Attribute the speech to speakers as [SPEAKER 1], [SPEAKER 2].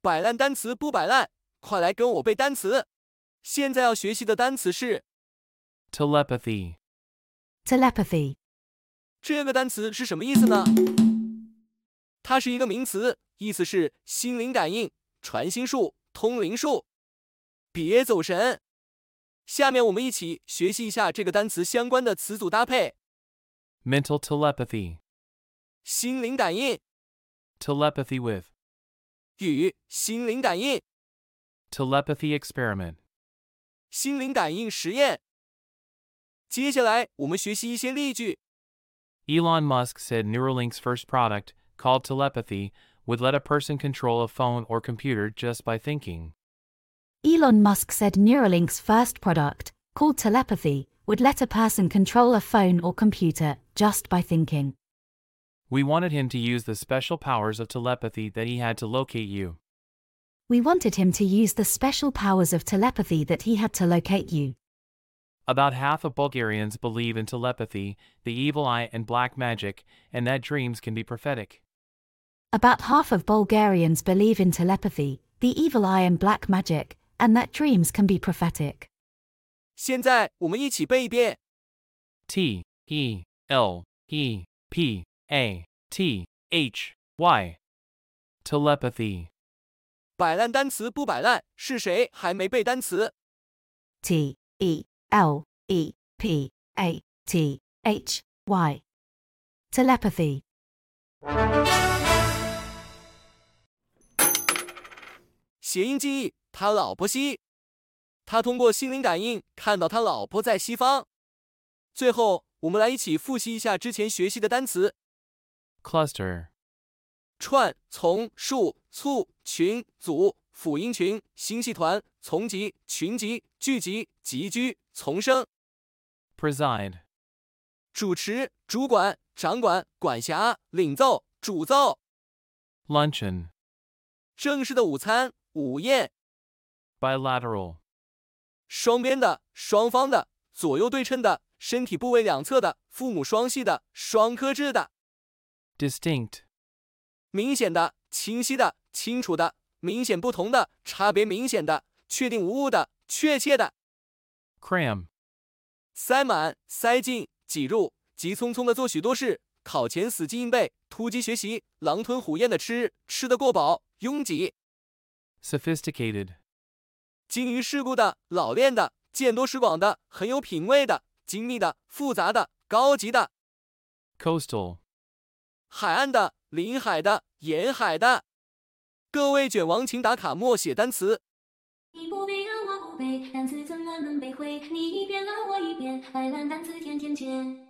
[SPEAKER 1] 摆烂单词不摆烂，快来跟我背单词。现在要学习的单词是
[SPEAKER 2] telepathy,
[SPEAKER 3] telepathy,
[SPEAKER 1] 这个单词是什么意思呢？它是一个名词，意思是心灵感应、传心术、通灵术。别走神，下面我们一起学习一下这个单词相关的词组搭配：
[SPEAKER 2] mental telepathy,
[SPEAKER 1] 心灵感应
[SPEAKER 2] telepathy with,
[SPEAKER 1] 与心灵感应、
[SPEAKER 2] telepathy experiment,
[SPEAKER 1] 心灵感应实验。接下来我们学习一些例句。
[SPEAKER 2] Elon Musk said Neuralink's first product, called telepathy, would let a person control a phone or computer just by thinking.
[SPEAKER 3] Elon Musk said Neuralink's first product, called telepathy, would let a person control a phone or computer just by thinking.
[SPEAKER 2] We wanted him to use the special powers of telepathy that he had to locate you.
[SPEAKER 3] We wanted him to use the special powers of telepathy that he had to locate you.
[SPEAKER 2] About half of Bulgarians believe in telepathy, the evil eye, and black magic, and that dreams can be prophetic.
[SPEAKER 3] About half of Bulgarians believe in telepathy, the evil eye, and black magic, and that dreams can be prophetic.
[SPEAKER 1] 现在我们一起背一遍：
[SPEAKER 2] T E L E P A T H Y. Telepathy.
[SPEAKER 1] 摆烂单词不摆烂，是谁还没背单词？
[SPEAKER 3] T E L E P A T H Y. Telepathy.
[SPEAKER 1] 谐音记忆，他老婆西，他通过心灵感应看到他老婆在西方。最后，我们来一起复习一下之前学习的单词：
[SPEAKER 2] Cluster.
[SPEAKER 1] 串、从、数、簇、群、组、辅音群、星系团、从集、群集、聚集、集居、丛生、
[SPEAKER 2] Preside.
[SPEAKER 1] 主持、主管、掌管、管辖、领奏、主奏、
[SPEAKER 2] Luncheon.
[SPEAKER 1] 正式的午餐、午宴、
[SPEAKER 2] Bilateral.
[SPEAKER 1] 双边的、双方的、左右对称的、身体部位两侧的、父母双系的、双科制的。
[SPEAKER 2] Distinct.
[SPEAKER 1] 明显的、清晰的、清楚的、明显不同的、差别明显的、确定无误的、确切的、
[SPEAKER 2] Cram.
[SPEAKER 1] 塞满、塞进、挤入、急匆匆的做许多事、考前死记硬背、突击学习、狼吞虎咽的吃、吃得过饱、拥挤、
[SPEAKER 2] Sophisticated.
[SPEAKER 1] 精于世故的、老练的、见多识广的、很有品味的、精密的、复杂的、高级的、
[SPEAKER 2] Coastal.
[SPEAKER 1] 海岸的、临海的、沿海的。各位卷王，请打卡默写单词。
[SPEAKER 4] 你不背啊，我不背，单词怎么能背会？你一遍啊，我一遍，白烂单词天天见。